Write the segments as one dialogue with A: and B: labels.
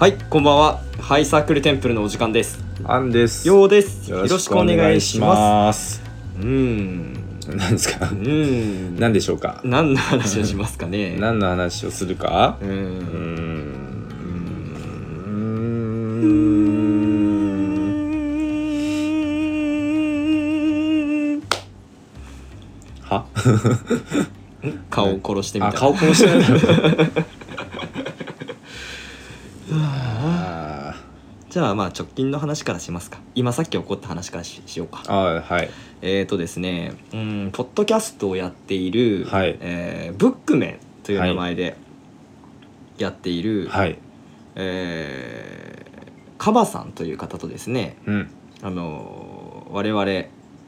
A: はい、こんばんは。ハイサークルテンプルのお時間です。
B: アンです。。
A: ようです。よろしくお願いしますす。うーん。
B: 何ですか
A: う。ーん。
B: 何でしょうか。
A: 何の話をしますか ね。
B: 何の話をするか。
A: うー
B: うー
A: ん。
B: ん。は。
A: 顔を殺してみ
B: あ、
A: た。
B: 顔殺してない。あ
A: じゃあまあ直近の話からしますか。今さっき起こった話からししようか
B: ー。あー、はい。
A: えーとですね、うん、ポッドキャストをやっている、
B: はい
A: えーブックメンという名前でやっている、
B: はい。
A: えーカバさんという方とですね、
B: うん。
A: あのー我々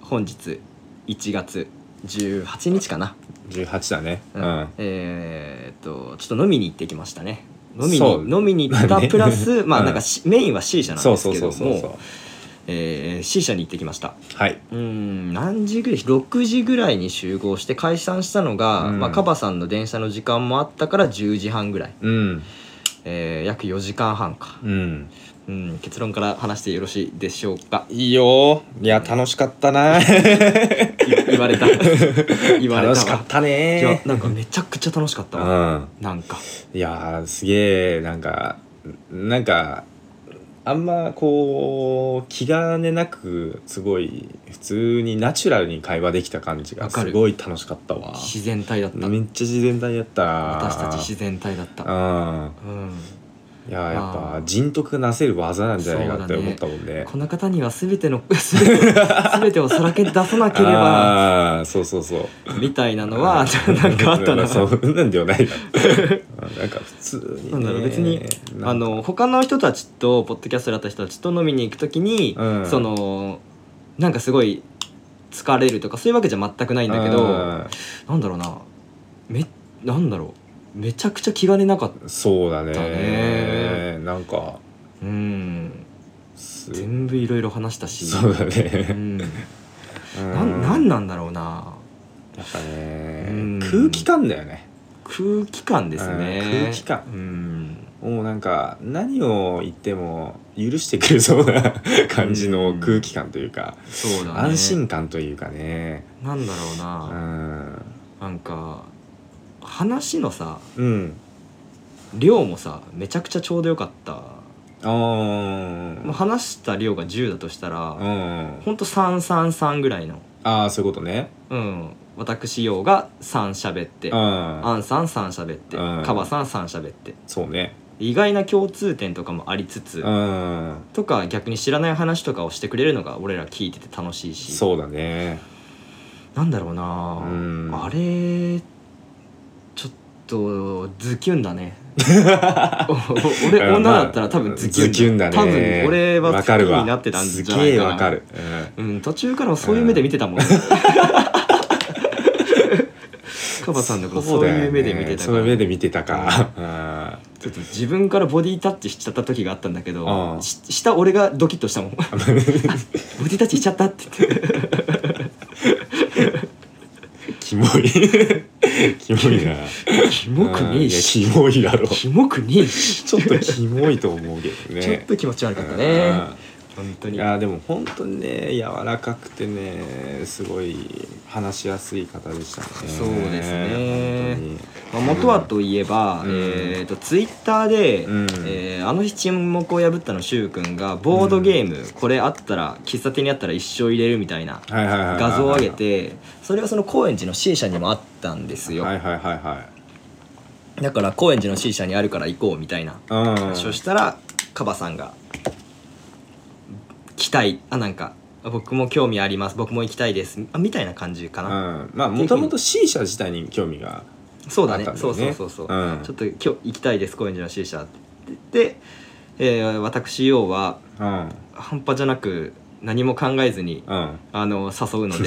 A: 本日1月18日かな、
B: 十八だね。う
A: うん
B: ん。
A: えーっとちょっと飲みに行ってきましたね飲み
B: そう
A: に飲みに行った
B: ね
A: プラ ス、まあ
B: うん
A: なんかし、メインは C 社なん
B: そう
A: です
B: そう
A: け
B: そ
A: ど
B: うそうそう
A: も。えー C 社に行ってきました
B: はい。
A: うーん何時ぐらい6時ぐらいに集合して解散したのが、
B: うん
A: まあ、カバさんの電車の時間もあったから10時半ぐらい、
B: うん。
A: えー約4時間半か、
B: うん。
A: うん、結論から話してよろしいでしょう か
B: いいよー。いや、楽しかったなー。
A: い言われ た言われたわ
B: 楽しかった
A: いや
B: ね
A: なんかめちゃくちゃ楽しかったわ
B: ー。
A: なんか
B: うん。いやー、すげえ、なんか、なんか、あんまこう、気兼ねなく、すごい、普通にナチュラルに会話できた感じ
A: わ
B: が、
A: かる
B: すごい楽しかったわ。
A: 自然体だった
B: めっちゃ自然体やった。
A: 私たち自然体だった
B: うん。
A: うん
B: いやー、やっ
A: あ
B: ぱ
A: ー
B: 人徳なせる技なんじゃないかっ
A: そ
B: て
A: うだね
B: 思ったもんね。
A: この方には全ての 全て全てをさらけ出さなければ
B: ああー、そうそうそう。
A: みたいなのは なんかあったな
B: そうなんではないな なんか普通に
A: な
B: ね、
A: んだろう別に
B: なん
A: あの他の人たちとポッドキャストだった人たちと飲みに行くときに、
B: うん
A: そのなんかすごい疲れるとかそういうわけじゃ全くないんだけど、なんだろうなめなんだろうめちゃくちゃ気兼ねなかった
B: うんそうだね
A: だね
B: なんか
A: うん
B: す
A: 全部いろいろ話したし
B: そうだ
A: う
B: ね、
A: ん、な
B: うん
A: なんなんだろうな
B: やっぱね、
A: うん
B: 空気感だよね
A: 空気感ですね
B: うん空気感
A: うん
B: もうなんか何を言っても許してくれそうな感じの空気感というか、
A: そうだね
B: 安心感というかね
A: なんだろう
B: う
A: な、
B: ん
A: なんか話のさ
B: うん
A: 量もさめちゃくちゃちょうどよかった、
B: あー
A: まあ、話した量が10だとした
B: う
A: ら、
B: ん
A: ほんと333ぐらいの
B: ああそういうことね
A: うん私ようが3喋って
B: うん
A: アンさん3喋って
B: うん
A: カバさん3喋って
B: そうね
A: 意外な共通点とかもありつつ
B: うん
A: とか逆に知らない話とかをしてくれるのが俺ら聞いてて楽しいし
B: そうだね
A: なんだろうな
B: うん
A: あれちょっとズキュンだ ねおお俺
B: うん
A: 女
B: まあ
A: だったら多分ズキュン
B: だね
A: 多分俺は
B: わ
A: 好き
B: かるわ
A: になってたんじゃ
B: す
A: な
B: げ
A: い
B: え
A: かな
B: わかる、
A: うん、途中からそういう目で見てたもん、 カバさんのことそういう目で見てた
B: そ
A: か
B: うだよねそういう
A: ら、
B: 目で見てたか、
A: ちょっと自分からボディタッチしちゃった時があったんだけ
B: う
A: ど
B: ん
A: しした俺がドキッとしたもんボディタッチしちゃったって言って
B: うん、キモい キモいな
A: キモくねえし
B: うんいやキモいだろ
A: キモくねえし
B: ちょっとキモいと思うけどね
A: ちょっと気持ち悪かったね本当
B: うんい
A: に
B: やでも本当にね柔らかくてねすごい話しやすい方でしたね
A: そうですね
B: 本当に
A: まあ、元はといえば、
B: うん
A: えー、とツイッターで、
B: うん
A: えーあの日沈黙を破ったのしゅうくんがボードゲーム、これあったら喫茶店にあったら一生入れるみたいな
B: はいはいはいはい
A: 画像を上げてそれがその高円寺の C 社にもあったんですよ、
B: はいはいはいはい
A: だから高円寺の C 社にあるから行こうみたいな
B: うん
A: 話をしたらカバさんが「来たい」あなんか「僕も興味あります僕も行きたいです」あみたいな感じか
B: う
A: な、
B: ん、まあもともと C 社自体に興味が
A: そうだね
B: あったんだ
A: そう
B: よ
A: そうそ
B: ね
A: うそう、
B: うん
A: ちょっと今日行きたいです高円寺の C 社って言って、えー私要は
B: うん
A: 半端じゃなく何も考えずに
B: うん
A: あの誘うので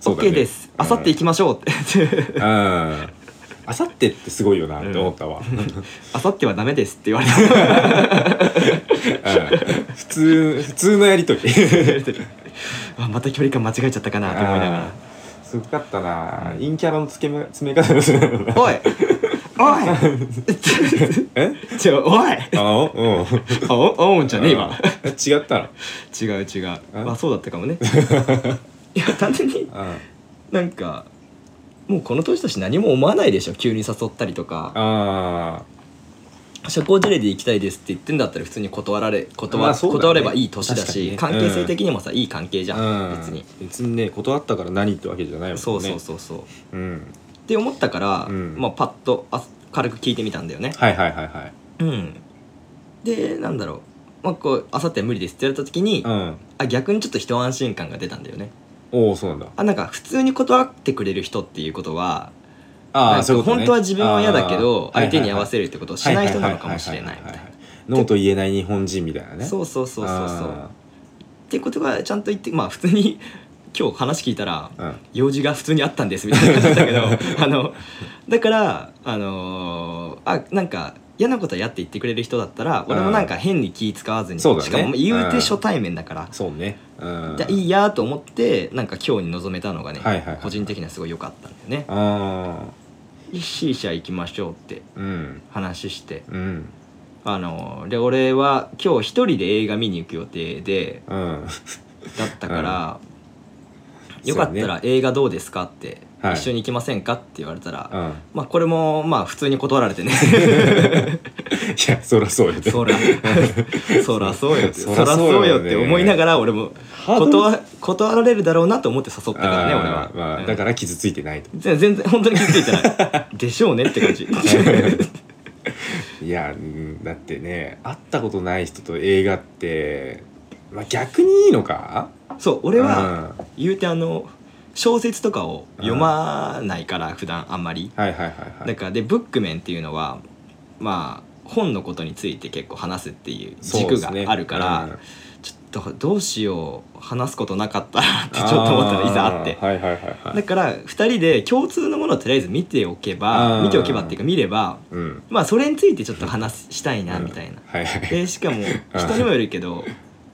B: そうだね
A: OK ですあさって行きましょうって
B: うんあさってってすごいよなって思ったわ、
A: あさってはダメですって言 われた
B: うん普通普通のやりとり
A: あまた距離感間違えちゃったかなと思いながら
B: すごかったな陰キャラのつけめ詰め方ですね
A: 「おいおい! 」
B: え
A: ちょおい
B: あおうん
A: お おんじゃねえわ
B: え違ったの
A: 違う違う
B: え
A: まあそうだったかも ねいや単純に
B: あ
A: なんかもうこの年だし何も思わないでしょ急に誘ったりとか
B: あ
A: 社交辞令で行きたいですって言ってんだったら普通に断られ断,、
B: まあそうだね
A: 断ればいい年だし、関
B: 確かにね
A: 係性的にもさ、いい関係じゃん、
B: うん
A: 別に
B: 別にね断ったから何ってわけじゃないもんね
A: そうそうそうそう、っ
B: う、うん、
A: て思ったから、
B: うん
A: まあ、パッとあ軽く聞いてみたんだよね
B: はいはいはいはい
A: うんでなんだろうまあこうあさっては無理ですって言われた時に、
B: うん
A: あ逆にちょっと一安心感が出たんだよね
B: おおそうなんだ
A: あなんか普通に断ってくれる人っていうことはな
B: あ
A: んか本当は自分は嫌だけど相手に合わせ
B: る
A: るってことをしない人なのかもしれないみたいな
B: ノーと言えない日本人みたいなね
A: そううそうそうそうそう
B: あ
A: ってことがちゃんと言ってまあ普通に今日話聞いたら
B: ー
A: 用事が普通にあったんですみたいな感じだけどあのだからあのーあなんか嫌なことは嫌って言ってくれる人だったら俺もなんか変に気使わずに、
B: そうだね
A: しかも言うて
B: うん
A: 初対面だから
B: うん、そうねうん
A: じゃあいいやと思ってなんか今日に臨めたのがね、
B: はいはいはい
A: 個人的にはすごい良かったんだよね。
B: あ
A: シーシャ行きましょうって
B: ーうん
A: 話して
B: うん
A: あので俺は今日一人で映画見に行く予定で
B: うん
A: だったから、
B: うん
A: よかった
B: そう
A: ら映画どうですかって、
B: はい
A: 一緒に行きませんかって言われたら、
B: うん
A: まあこれもまあ普通に断られてね
B: いやそら そうやで
A: そら そらそうよって
B: そ
A: そ
B: ら
A: ら
B: そ
A: そうう
B: よ
A: よ
B: ね
A: って思いながら俺も
B: ハードル
A: 断断られるだろうなと思って誘ったからね俺
B: あ
A: は
B: ー、ま
A: う
B: あ
A: ん
B: だから傷ついてないと
A: 全全然本当に気づいてないでしょうねって感じ
B: いやうんだってね会ったことない人と映画って、まあ、逆にいいのか
A: そう
B: こ
A: 俺は、言うてあの小説とかを読まないから普段あんまり、
B: はいはいはいは
A: だ
B: い
A: からでブックメンっていうのはまあ本のことについて結構話すっていう
B: そう
A: 軸
B: ですね
A: があるから、
B: うん
A: ちょっとどうしよう話すことなかったなって ちょっと思ったらいざあって
B: ーはいはいはいはい
A: だから2人で共通のものをとりあえず見ておけ
B: あ
A: ば
B: ー
A: 見ておけばっていうか見れば
B: うん
A: まあそれについてちょっと話ししたいなみたいな、
B: はいはい
A: でしかも人にもよるけど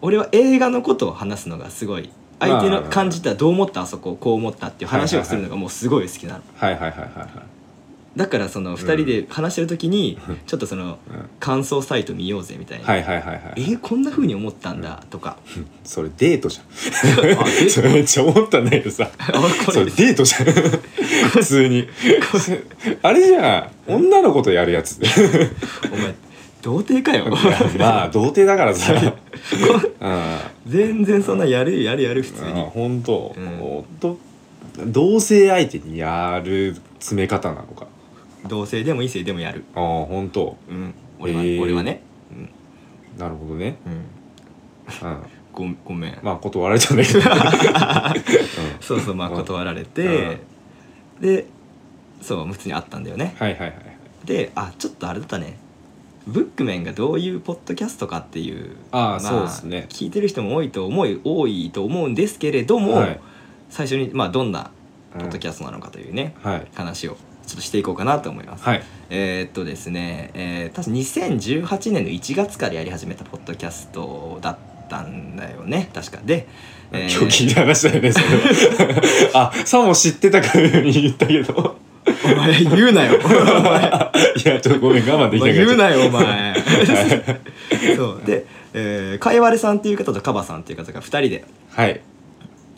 A: 俺は映画のことを話すのがすごい相手の感じたどう思ったあそここう思ったっていう話をするのがもうすごい好きなの
B: はいはいはいは
A: だからその2人で話してる時にちょっとその
B: いうん
A: 感想サイト見ようぜみたいな
B: はいはいはいは
A: え
B: い
A: ーこんな風に思ったんだと か
B: それデートじゃん
A: あえ
B: それめっちゃ思ったんだけどさ
A: あこ
B: そ
A: れ
B: れデートじゃん 普通にあれじゃん女の子とやる やつい
A: お前童貞かよ
B: や まあ童貞だからさう
A: 全然そんなやるやるやる普通
B: ん
A: に
B: 本当
A: うん
B: ほんと同性相手にやる詰め方なのか
A: 同性でも異性でもやる
B: ああ本当
A: うん俺は
B: えー
A: 俺はね
B: なるほどね
A: うん
B: うん
A: ごごめん
B: まあ断られたんだけ どうん
A: そうそうまあ
B: うん
A: 断られて、でそう普通にあったんだよね
B: はいはいはい
A: であちょっとあれだったねブックメンがどういうポッドキャストかっていう
B: あ
A: ま
B: あそうですね
A: 聞いてる人も多いと思い多いと思うんですけれども、
B: はい
A: 最初に、まあ、どんなポッド
B: う
A: キャストなのかというね、
B: んはい
A: 話をちょっとしていこうかなと思います。
B: はい
A: えーっとですね、えー、確か2018年の1月からやり始めたポッドキャストだったんだよね確かで、 えー
B: 今日聞いた話だよねそれ はあさも知ってたかのように言ったけど
A: お前言うな よお前
B: いやちょっとごめん我慢で
A: お
B: きな
A: 前
B: か
A: 言う
B: っ
A: なよお前 そうで、えー、かいわれさんっていう方とカバさんっていう方が2人で
B: たはい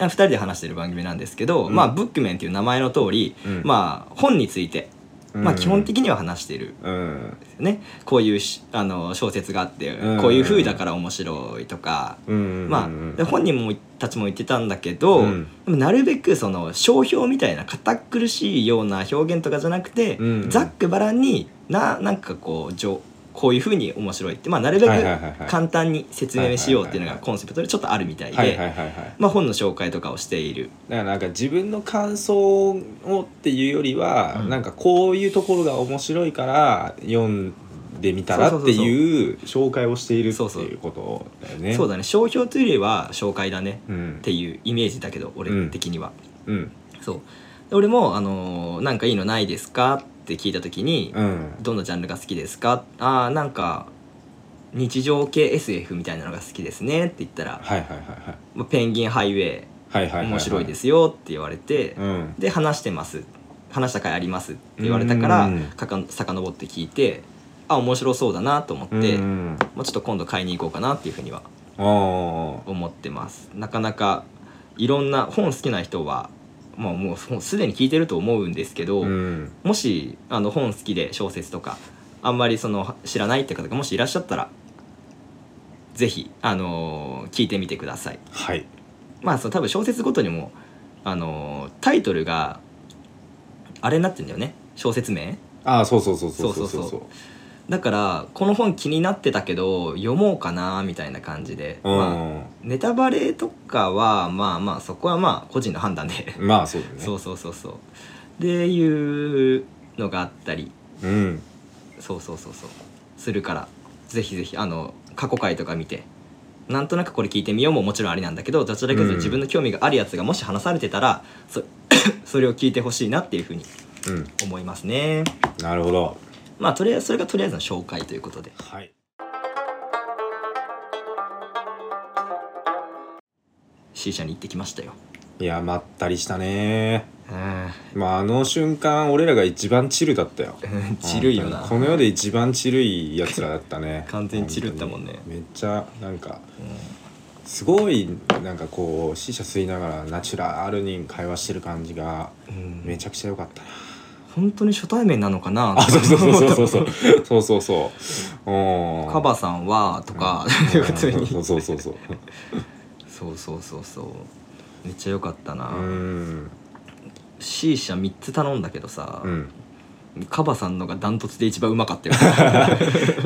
A: あ2人で話してる番組なんですけど、
B: うん
A: まあブックメンっていう名前の通り、
B: うん
A: まあ本について、 まあ基本的には話してるんで
B: うん
A: すよねこういうしあの小説があって、
B: うん
A: こういう風だから面白いとか、
B: うん
A: まあで本人もたちも言ってたんだけど、
B: うん
A: でもなるべくその商標みたいな堅苦しいような表現とかじゃなくて、
B: うん
A: ざっくばらんにななんかこうじょこういうふうに面白いって、まあ、なるべく
B: はいはいはいはい
A: 簡単に説明しようっていうの
B: はいはいは
A: が
B: いはい
A: コンセプトでちょっとあるみたい
B: はいはい
A: で。
B: はいはいだか
A: まあ、本の紹介とかをしている
B: らなんか自分の感想をっていうよりは、
A: うん
B: なんかこういうところが面白いから読んでみたら
A: そう
B: っ
A: そう
B: て
A: そうそう
B: いう紹介をしているって
A: そうそう
B: いうことだよね
A: そうだね商標というよりは紹介だね
B: う
A: っ
B: ん
A: ていうイメージだけど俺的には、
B: うん
A: そうで俺も、あのーなんかいいのないですか?」って聞いた時に
B: うん
A: どんなジャンルが好きですかあーなんか日常系 SF みたいなのが好きですねって言ったら
B: はいはいはいはい
A: 「まあペンギンハイウェイ
B: はいはいはは
A: 面白いですよ」って言われて
B: うん
A: で話してます話した回ありますって言われたか
B: う
A: ら
B: ん
A: かか遡って聞いてあ面白そうだなと思って、
B: うん
A: まあ、ちょっと今度買いに行こうかなっていうふうには
B: あ
A: 思ってますなかなかいろんな本好きな人は、まあ、もう本すでに聞いてると思うんですけど、
B: あうん
A: もしあの本好きで小説とかあんまりその知らないって方がもしいらっしゃったらぜひ、あのー聞いてみてください。
B: はい
A: まあその多分小説ごとにも、あのータイトルがあれになってんだよね小説名
B: ああそうそうそうそうそ
A: そ
B: うそう
A: そう
B: う
A: そ
B: そうう
A: だからこの本気になってたけど読もうかなみたいな感じで、
B: ん、
A: まあネタバレとかはまあまあそこはまあ個人の判断で
B: まあそうだね
A: そうそうそうそうっていうのがあったり
B: うん
A: そうそうそうそうするからぜひぜひあの過去回とか見てなんとなくこれ聞いてみようももちろんありなんだけどどちらかという
B: う
A: と
B: ん
A: 自分の興味があるやつがもし話されてたら、そ それを聞いてほしいなっていうふうに
B: うん
A: 思いますね
B: なるほど
A: まあとりあえずそれがとりあえずの紹介ということで
B: はい
A: シーシャに行ってきましたよ
B: いやまったりしたね
A: うん
B: まああの瞬間俺らが一番チルだったよ
A: うんちるいよな
B: 本当にこの世で一番チルいやつらだったね
A: 完全にチルったもんね
B: 本当にめっちゃなんか
A: う
B: すごいなんかこう死者吸いながらナチュラルに会話してる感じが
A: ん
B: めちゃくちゃ良かったな
A: 本当に初対面なのかな
B: あそうそうそうそうそう そうそうそううん
A: カバさんはとか、
B: うん
A: 普通に
B: そうそうそうそう
A: そうそうそうそうめっちゃ良かったな、
B: うん、
A: C 社3つ頼んだけどさ、
B: うん、
A: カバさんのがダントツで一番うまかった よ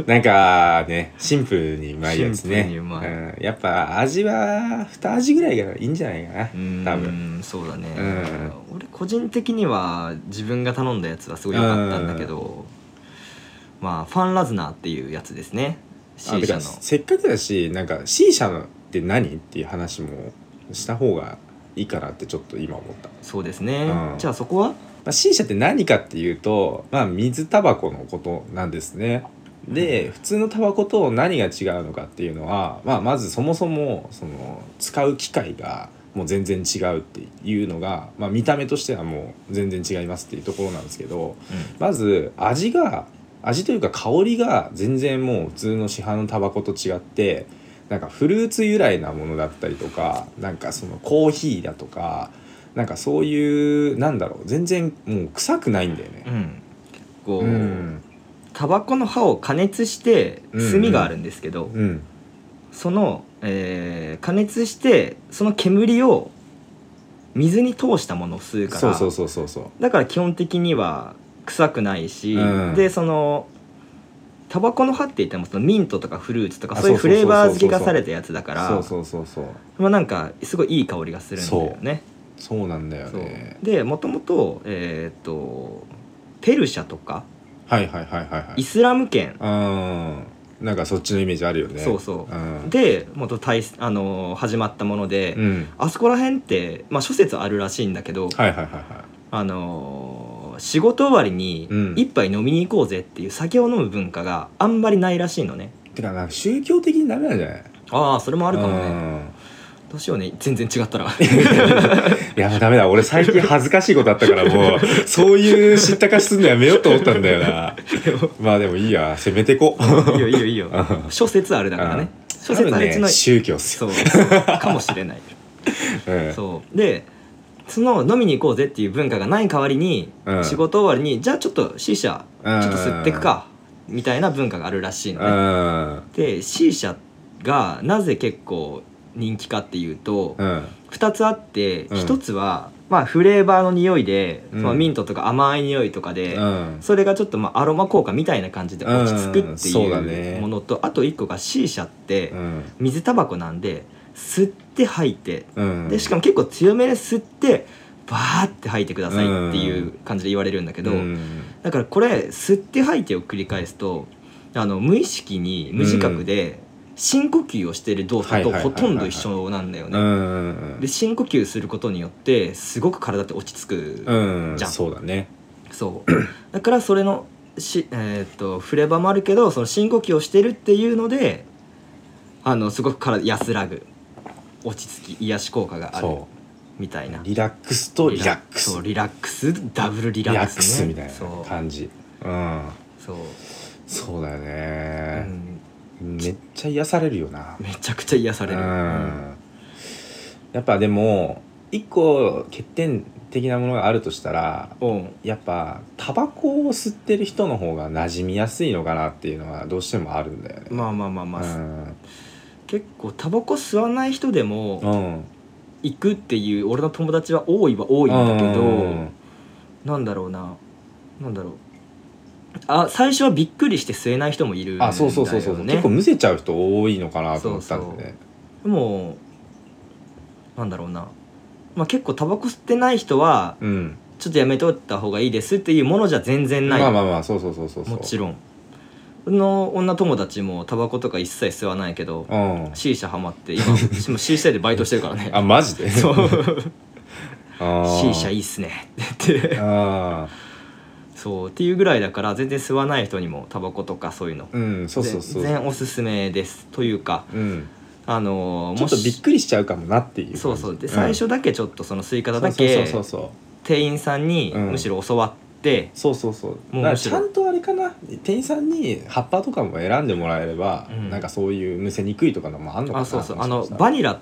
B: なんかねシンプルにうまいやつ
A: シン
B: ね
A: プルにうまい
B: ん、やっぱ味は2味ぐらいがいいんじゃないかな
A: うん
B: 多分
A: そうだね、
B: う
A: 俺個人的には自分が頼んだやつはすごい良かったんだけど、まあファンラズナーっていうやつですね C
B: あて
A: 社
B: か
A: の
B: せっかくだしなんか C 社のって何っていう話もした方がいいかなってちょっと今思った、ま
A: そうですね、
B: うん
A: じゃあそこは
B: あ、C 社って何かっていうと、まあ、水タバコのことなんですねで普通のタバコと何が違うのかっていうのは、まあ、まずそもそもその使う機会がもう全然違うっていうのが、まあ、見た目としてはもう全然違いますっていうところなんですけど、まず味が味というか香りが全然もう普通の市販のタバコと違ってなんかフルーツ由来なものだったりとかなんかそのコーヒーだとかなんかそういうなんだろう全然もう臭くないんだよ
A: う
B: ね。
A: ん結構、
B: うん
A: タバコの葉を加熱して炭があるんですけど、
B: うん
A: その、えー加熱してその煙を水に通したものを吸うから
B: そうそうそうそうそう
A: だから基本的には臭くないし、
B: うん
A: でそのタバコの葉って言ってもそのミントとかフルーツとか
B: あ
A: そういうフ
B: そうそう
A: レ
B: そ
A: ー
B: うそう
A: バー付けがされたやつだから
B: そうそうそうそう
A: まあなんかすごいいい香りがするんだよね。
B: そうなんだよ
A: そう
B: ね
A: でもともとえーっとペルシャとか
B: はいはいはいはいは
A: イ
B: い
A: スラム圏
B: うんなんかそっちのイメージあるよね
A: そうそう
B: うん
A: で元大あのー始まったもので、
B: うん
A: あそこら辺って、まあ、諸説あるらしいんだけど、
B: はいはいはいは
A: あのー仕事終わりに
B: うん
A: 一杯飲みに行こうぜっていう酒を飲む文化があんまりないらしいのね
B: いてかなんか宗教的になれないんじゃない
A: ああそれもあるかも
B: う
A: ね
B: ん
A: どうしようね全然違ったら
B: いや、ダメだ。俺最近恥ずかしいことあったか ら、もう、そういう知ったかしすんのやめようと思ったんだよな。まあでもいいや、攻めてこ。
A: いいよいいよいいよ
B: うん
A: 諸説あるだからね諸
B: 多
A: 説あ
B: 分
A: るうちの
B: ね、宗教っす
A: そ
B: よ。
A: う かもしれない
B: うん
A: そうでその飲みに行こうぜっていう文化がない代わりに、
B: うん
A: 仕事終わりにじゃあちょっと C 社ちょっと吸ってくかみたいな文化があるらしいうの
B: ん。
A: ね、で C 社がなぜ結構人気かっていうと、
B: うん。
A: 2つあって、
B: うん
A: 1つは、まあ、フレーバーの匂いで、
B: うん
A: そのミントとか甘い匂いとかで、
B: うん。
A: それがちょっとまあアロマ効果みたいな感じで落ち着く
B: うん
A: って
B: そうだ
A: い
B: ね
A: うものと、あと1個が C 社って
B: うん
A: 水タバコなんで吸って吐いて
B: うん。
A: でしかも結構強めで吸ってバーって吐いてくださいっていう感じで言われるんだけど、
B: うん
A: だからこれ吸って吐いてを繰り返すとあの無意識に無自覚で深呼吸をしている動作と
B: はいはいはいはい
A: ほとんど一緒なんだよ
B: う
A: ね。
B: ん。
A: で深呼吸することによってすごく体って落ち着く、
B: うん。
A: じゃん
B: そうだね。
A: そう だからそれのし、えーっとフレバもあるけどその深呼吸をしてるっていうのであのすごく体安らぐ落ち着き癒し効果がある
B: そ
A: みたいうな。
B: リラックスとリラックス。
A: そう
B: リ
A: リラックスダブルリラ
B: ラ
A: ッ
B: ッ
A: ク
B: ク
A: ス,、
B: ス
A: ね、
B: みたいな
A: そう
B: 感じ。うん。
A: そう
B: そうだよ
A: う
B: ね、
A: ん、
B: めっちゃ癒されるよな
A: めちゃくちゃ癒される、
B: う
A: うん
B: んやっぱでも一個欠点的なものがあるとしたら
A: おう
B: やっぱタバコを吸ってる人の方が馴染みやすいのかなっていうのはどうしてもあるんだよね。
A: まあまあまあまあ、
B: うん
A: 結構タバコ吸わない人で
B: う
A: も
B: ん、
A: 行くっていう俺の友達は多いは多いんだけど、
B: うん
A: なんだろうななんだろうあ最初はびっくりして吸えない人もいるんだよ、ね、
B: あそうそうそうそう、結構むせちゃう人多いのかなと思ったんでね。
A: でもなんだろうな、まあ、結構タバコ吸ってない人は
B: うん、
A: ちょっとやめとった方がいいですっていうものじゃ全然ない、
B: まあまあまあそうそうそうそうそう
A: もちろんその女友達もタバコとか一切吸わないけど
B: うん、
A: シーシャハマって今もうシーシャでバイトしてるからね
B: あマジで
A: そう
B: あー
A: シーシャいいっすねって言って
B: あ
A: そうっていうぐらいだから全然吸わない人にもタバコとかそういうの
B: ーうんそうそうそう、
A: 全然おすすめですというか
B: うん、
A: あのー
B: ちょっとびっくりしちゃうかもなっていう感じ
A: そうそうで、
B: ん
A: 最初だけちょっとその吸い方だ
B: そう
A: け
B: そうそうそう
A: 店員さんに
B: うん
A: むしろ教わって、
B: そうそうそう
A: もう
B: だから
A: むし
B: ち
A: ろ
B: ゃんとあれかな店員さんに葉っぱとかも選んでもらえれば、
A: うん
B: なんかそういうむせにくいとかのもあんのかな
A: あそうそうあ
B: も
A: の
B: しかしたら
A: バニラっ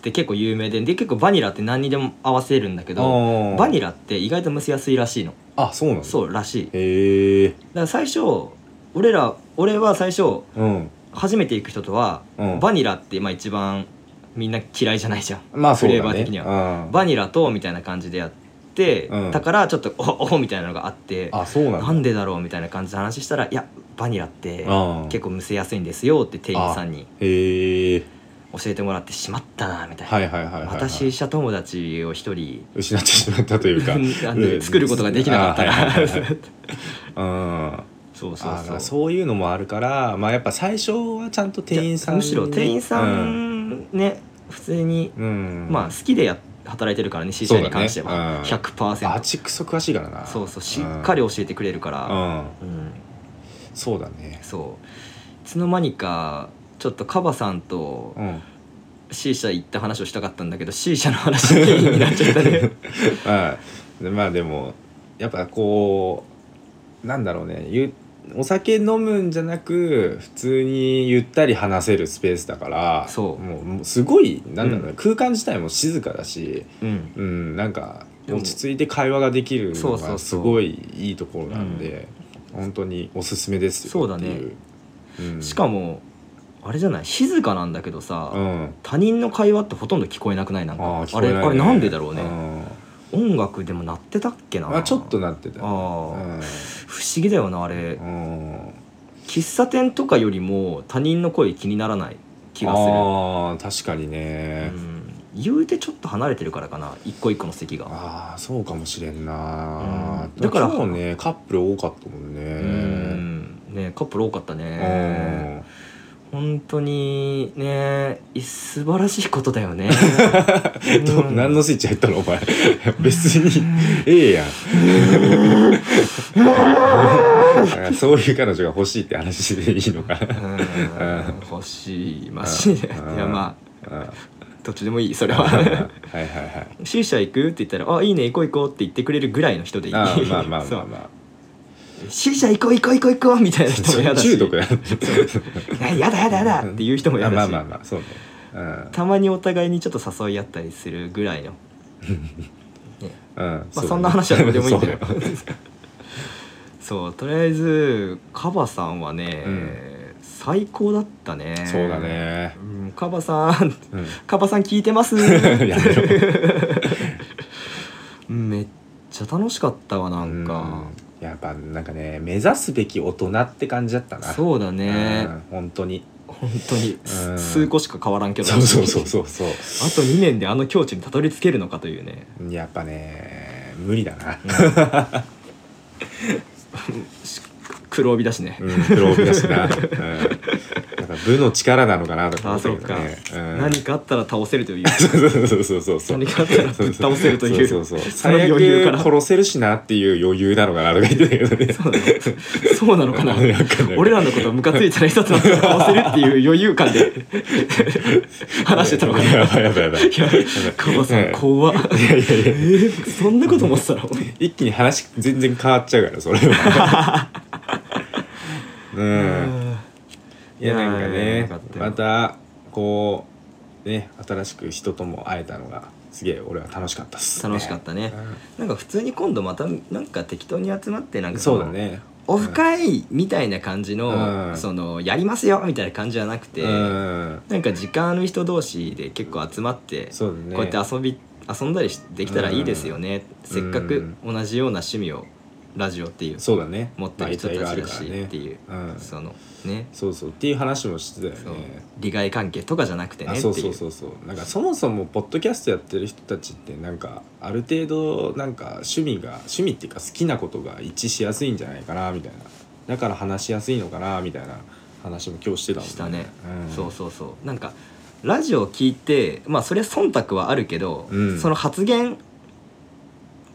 A: て結構有名でで結構バニラって何にでも合わせるんだけど
B: あー
A: バニラって意外とむせやすいらしいの
B: あそうなの
A: そうらしいだか
B: へえ
A: ら最初俺ら俺は最初
B: うん
A: 初めて行く人とは、
B: うん
A: バニラってまあ一番みんな嫌いじゃないじゃん
B: まあそうだね
A: フレーバー的に
B: は
A: バニラとみたいな感じでやって、
B: うん
A: だからちょっとおおみたいなのがあって
B: あそうなんだ
A: なんでだろうみたいな感じで話したらいやバニラって
B: うん
A: 結構むせやすいんですよって店員さんに
B: へえ
A: 教えてもらってしまったなみたいな、
B: はいはいはいはい、はい、
A: 私医者友達を一人
B: 失ってしまったというか
A: あの
B: うん
A: 作ることができなかった
B: あはいはいはい
A: ら
B: はいうん
A: そうそ
B: あーだか
A: う
B: ら
A: そう
B: そういうのもあるから、まあ、やっぱ最初はちゃんと店員さん
A: むしろ店員さ
B: うん
A: んね、普通に、
B: うん
A: まあ好きでや働いてるからね C 社に関して
B: そうだね
A: は、
B: うんバ
A: 100%
B: チクソ詳しいからな
A: そうそうしっかり教えてくれるか
B: う
A: ら、
B: ん、うん
A: うん、
B: そうだね
A: そういつの間にかちょっとカバさんと
B: うん
A: C 社行った話をしたかったんだけど C 社の話メインになっちゃったね
B: はいでまあでもやっぱこうなんだろうねゆお酒飲むんじゃなく普通にゆったり話せるスペースだから
A: そう
B: もうもうすごいなんだろうね、空間自体も静かだし、
A: うん
B: うん、なんか
A: でも
B: 落ち着いて会話ができる
A: そ
B: の
A: うそうそ
B: が
A: う
B: すごいいいところなんで本当におすすめですよっていううん
A: しかもあれじゃない静かなんだけどさ、
B: うん
A: 他人の会話ってほとんど聞こえなくないなんか
B: あ
A: あ
B: あ聞こえ
A: れ
B: ないね
A: あれなんでだろうね、
B: ん
A: 音楽でも鳴ってたっけな、
B: まあちょっとなってた
A: あ
B: よう
A: ー
B: ん
A: 不思議だよなあれ
B: うん
A: 喫茶店とかよりも他人の声気にならない気がする、
B: あー確かにね
A: う、ん、言うてちょっと離れてるからかな一個一個の席が
B: ああそうかもしれんな、
A: うんだから
B: 今日ねカップル多かったもん
A: う
B: ね
A: んねカップル多かった
B: うん、
A: ね本当にねい素晴らしいことだよね
B: ど
A: うん
B: 何のスイッチ入ったのお前 別にええやん だからそういう彼女が欲しいって話でいいのか
A: うん欲しいマジでい
B: うん
A: やま
B: うんは
A: あどっちでもいいそれ
B: いはい
A: は
B: はい
A: 「C 社行く?」って言ったら「あいいね行こう行こう」って言ってくれるぐらいの人でいい
B: ああまあまあま あまあ
A: そう「C 社行こう行こう行こう行こう」みたいな人も嫌だし
B: 中毒や
A: えやだやだやだ っていう人も嫌
B: あ
A: だし、
B: まあまあまあそうねうん
A: たまにお互いにちょっと誘い合ったりするぐらいの、ね
B: う
A: ま
B: んそ
A: あ、
B: う
A: そんな話はどうでもいいんだよ
B: そう
A: そうとりあえずカバさんはね、
B: うん
A: 最高だったね
B: そうだね
A: うんカバさん
B: うん
A: カバさん聞いてます
B: やめろ
A: めっちゃ楽しかったわなんか、
B: うんやっぱなんかね目指すべき大人って感じだったな
A: そうだね、
B: うん本当に
A: 本当に、す
B: うん
A: 数個しか変わらんけど
B: そうそうそうそうそう
A: あと2年であの境地にたどり着けるのかというね
B: やっぱね無理だな、
A: し黒帯だしね、
B: うん、黒帯だしな、うん、なんか部の力なのかなと
A: あ
B: か思
A: そ
B: ったけ
A: う
B: ど
A: か、
B: ねうん
A: 何かあったら倒せるという
B: そうそうそうそう そう
A: 何かあったらぶっ倒せるという
B: そうそうそ う
A: その
B: 最
A: 余裕から
B: 悪殺せるしなっていう余裕なのかなとか言ってたけどね
A: そうなのそうなの かな
B: わかんない
A: 俺らのことムカついたら一つの人を倒せるっていう余裕感で話してたのかな
B: やばいやばいやばい
A: いやカバさん怖っ
B: いやいやいや
A: えーそんなこと思ってたの
B: 一気に話全然変わっちゃうからそれはうん
A: うん
B: いやなんか
A: いやよ
B: ね
A: かったよ
B: またこうね新しく人とも会えたのがすげえ俺は楽しかったっす、
A: 楽しかったね
B: うん
A: なんか普通に今度またなんか適当に集まってなんか
B: そうだね
A: オフ会みたいな感じの、
B: うん
A: そのやりますよみたいな感じじゃなくて、
B: うん
A: なんか時間ある人同士で結構集まって、
B: そうだね
A: こうやって遊び遊んだりしできたらいいですよね、せっかく同じような趣味をラジオっていう
B: そうだね
A: 持ってる人たち
B: まあいろいろ
A: だ
B: あ
A: し
B: るからね
A: っていう、
B: うん
A: そのね
B: そうそうっていう話もしてたよ
A: そう
B: ね
A: 利害関係とかじゃなくてね
B: あ
A: っていう
B: そうそうそうそうなんかそもそもポッドキャストやってる人たちってなんかある程度なんか趣味が趣味っていうか好きなことが一致しやすいんじゃないかなみたいなだから話しやすいのかなみたいな話も今日してたもんね
A: したね、
B: ん、
A: そうそうそうなんかラジオを聞いてまあそりゃ忖度はあるけど、
B: うん
A: その発言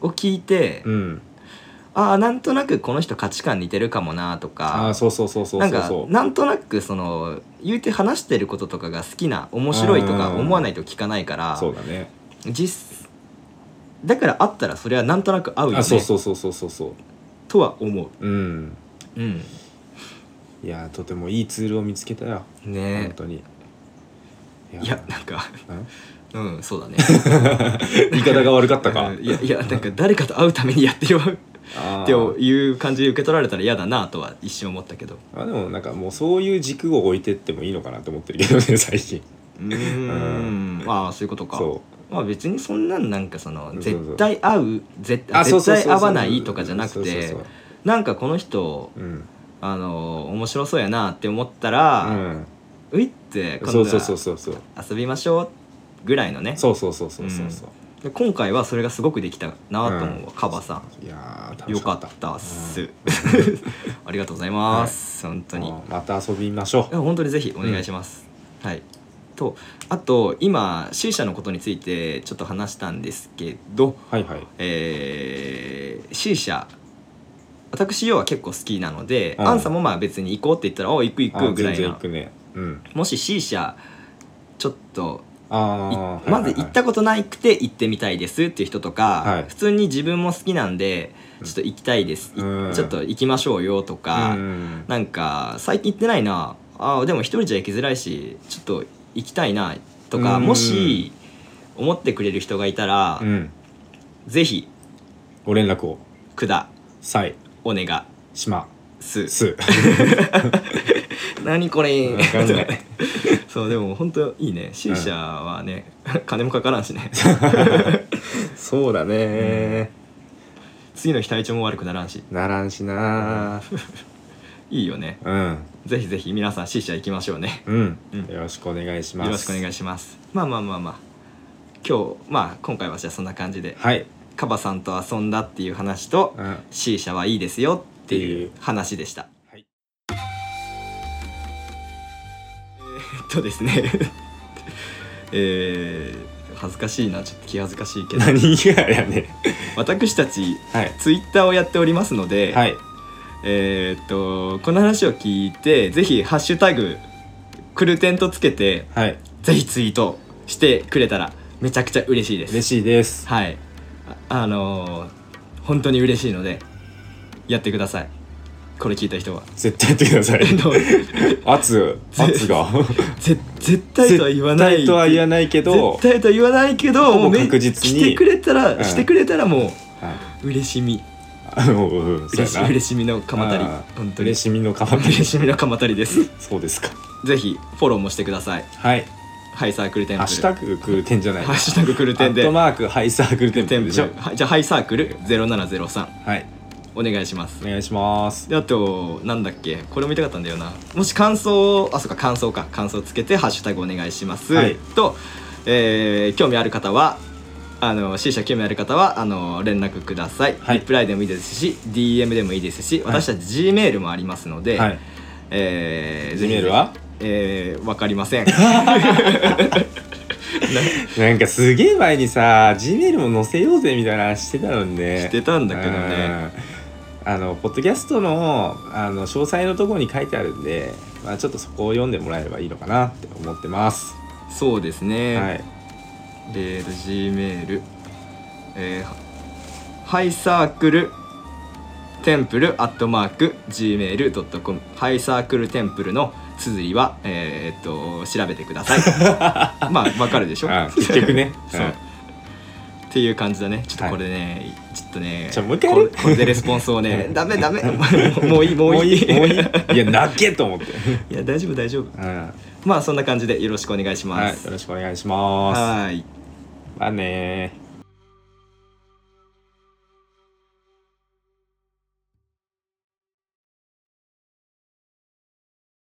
A: を聞いて、
B: うん
A: ああなんとなくこの人価値観似てるかもなと
B: あ
A: か
B: あそうそうそうそう
A: な
B: そ
A: ん
B: う
A: か
B: そう
A: なんとなくその言うて話してることとかが好きな面白いとか
B: うん
A: 思わないと聞かないから
B: そうだね
A: 実だから会ったらそれはなんとなく合うよ
B: あ
A: ね
B: そうそうそうそうそうそ
A: とは思
B: ううん
A: う、うん、
B: いやーとてもいいツールを見つけたよ、
A: ね
B: 本当にい
A: いやなんか
B: うん
A: うんそうだね
B: 言い方が悪かったか
A: うんいやいやなんか誰かと会うためにやってるわ
B: あー
A: っていう感じで受け取られたら嫌だなとは一瞬思ったけど
B: あでもなんかもうそういう軸を置いてってもいいのかなと思ってるけどね 最近
A: うーんああそういうことか
B: そ
A: まあ別にそんなんなんかその
B: そうそう
A: 絶対合う絶
B: うあそう
A: 絶
B: そう
A: 対
B: そう
A: 合わないとかじゃなく
B: そ
A: て
B: うそう
A: なんかこの人
B: そううん
A: あの面白そうやなって思ったらういって
B: うん
A: 今
B: そ
A: 度
B: うそうそう
A: は
B: そうそう
A: 遊びましょうぐらいのね
B: そうそうそうそうそうそう
A: で今回はそれがすごくできたなと思う
B: うん
A: わカバさ
B: いやー
A: ん
B: 楽
A: よ
B: し
A: か
B: かっ
A: ったたっす ありがとうございます本当に
B: うんまた遊びましょ
A: いや本当にぜひお願いします、はいとあと今 C 社のことについてちょっと話したんですけど
B: うはいはい
A: えー、C 社私要は結構好きなので、
B: うん
A: アンさんもまあ別に行こうって言ったら「お行く行
B: あ
A: く」ぐらい
B: 全然
A: な
B: 行くねうん
A: もし C 社ちょっとい
B: ああ
A: まず行ったことないくて行ってみたいですっていう人とか、
B: はい
A: 普通に自分も好きなんでちょっと行きたいです、い
B: うん
A: ちょっと行きましょうよとか、
B: うん
A: なんか最近行ってないなあーでも一人じゃ行きづらいしちょっと行きたいなとか、
B: うん
A: もし思ってくれる人がいたら、
B: うん
A: ぜひ
B: ご連絡を
A: くだ
B: さい
A: お願い
B: しま すす
A: 何これ
B: わかんない
A: そうでも本当いいね C 社はね、金もかからん しね
B: そうだね
A: 次の日体調も悪くならんし
B: ならんしなー
A: いいよね
B: うん
A: ぜひぜひ皆さん C 社行きましょうね
B: うん
A: うん
B: よろしくお願いします
A: よろしくお願いしますまあまあまあまあ今日まあ今回はじゃあそんな感じで
B: はい
A: カバさんと遊んだっていう話と
B: うん
A: C 社はいいですよっていう話でした。
B: はい
A: えーっとですね えー恥ずかしいなちょっと気恥ずかしいけど
B: 何がやね
A: 私たち
B: はい
A: ツイッターをやっておりますので、
B: はい
A: えーっとこの話を聞いてぜひハッシュタグクルテンとつけて
B: はい
A: ぜひツイートしてくれたらめちゃくちゃ嬉しいです。
B: 嬉しいです
A: はいあ、あのー本当に嬉しいのでやってくださいこれ聞いた人は
B: 絶対やってください
A: えっ と
B: 圧圧が
A: ぜ絶対とは言わない
B: 絶対とは言わないけど
A: 絶対とは言わないけど
B: ほぼ
A: もうめ
B: 確実に
A: 来てくれたら、
B: うん
A: してくれたらも
B: はいう
A: 嬉しみ
B: あのうんそう
A: 嬉
B: や
A: し
B: な
A: 嬉しみの鎌足り
B: あー
A: 本当に
B: 嬉しみのかまたり
A: 嬉しみの鎌足りです
B: そうですか
A: ぜひフォローもしてください
B: はい
A: ハイサークルテンプ
B: ハッ
A: ル
B: シュタグクルテンじゃない
A: ハッシュタグクルテンで
B: アットマークハイサークルテン
A: テンプル
B: でしょ
A: はいじゃあハイサークル0703
B: はい
A: お願いします
B: お願いします
A: であとなんだっけこれも見たかったんだよなもし感想をあそうか感想か感想つけて「ハッシュタグお願いします」
B: はい
A: と、えー興味ある方はあの C 社興味ある方はあの連絡ください、
B: はい
A: リプライでもいいですし DM でもいいですし
B: はい
A: 私たち G メールもありますので、
B: はい
A: えー
B: G メールは
A: えーわかりません
B: なんかすげえ前にさ G メールも載せようぜみたいな話してたのにね
A: してたんだけどね
B: うんあのポッドキャストのあの詳細のところに書いてあるんで、まあ、ちょっとそこを読んでもらえればいいのかなって思ってます、
A: そうですね、
B: はい
A: で、えーと、G メール、えーハイサークルテンプルアットマーク Gmail.com ハイサークルテンプルの綴りは、えーっと調べてください まあわかるでしょ
B: あ結局ね
A: そう、
B: うん
A: っていう感じだねちょっとこれね、ちょっとね
B: じゃあもう一回や
A: こ
B: る
A: れこれでレスポンスを ねダメダメもういいも
B: も
A: う
B: う
A: い
B: い
A: い
B: いもういいいや泣けと 思って、
A: いや大丈夫大丈夫
B: うん
A: まあそんな感じでよろしくお願いしま
B: はい
A: す
B: よろしくお願いします
A: はい
B: まあねー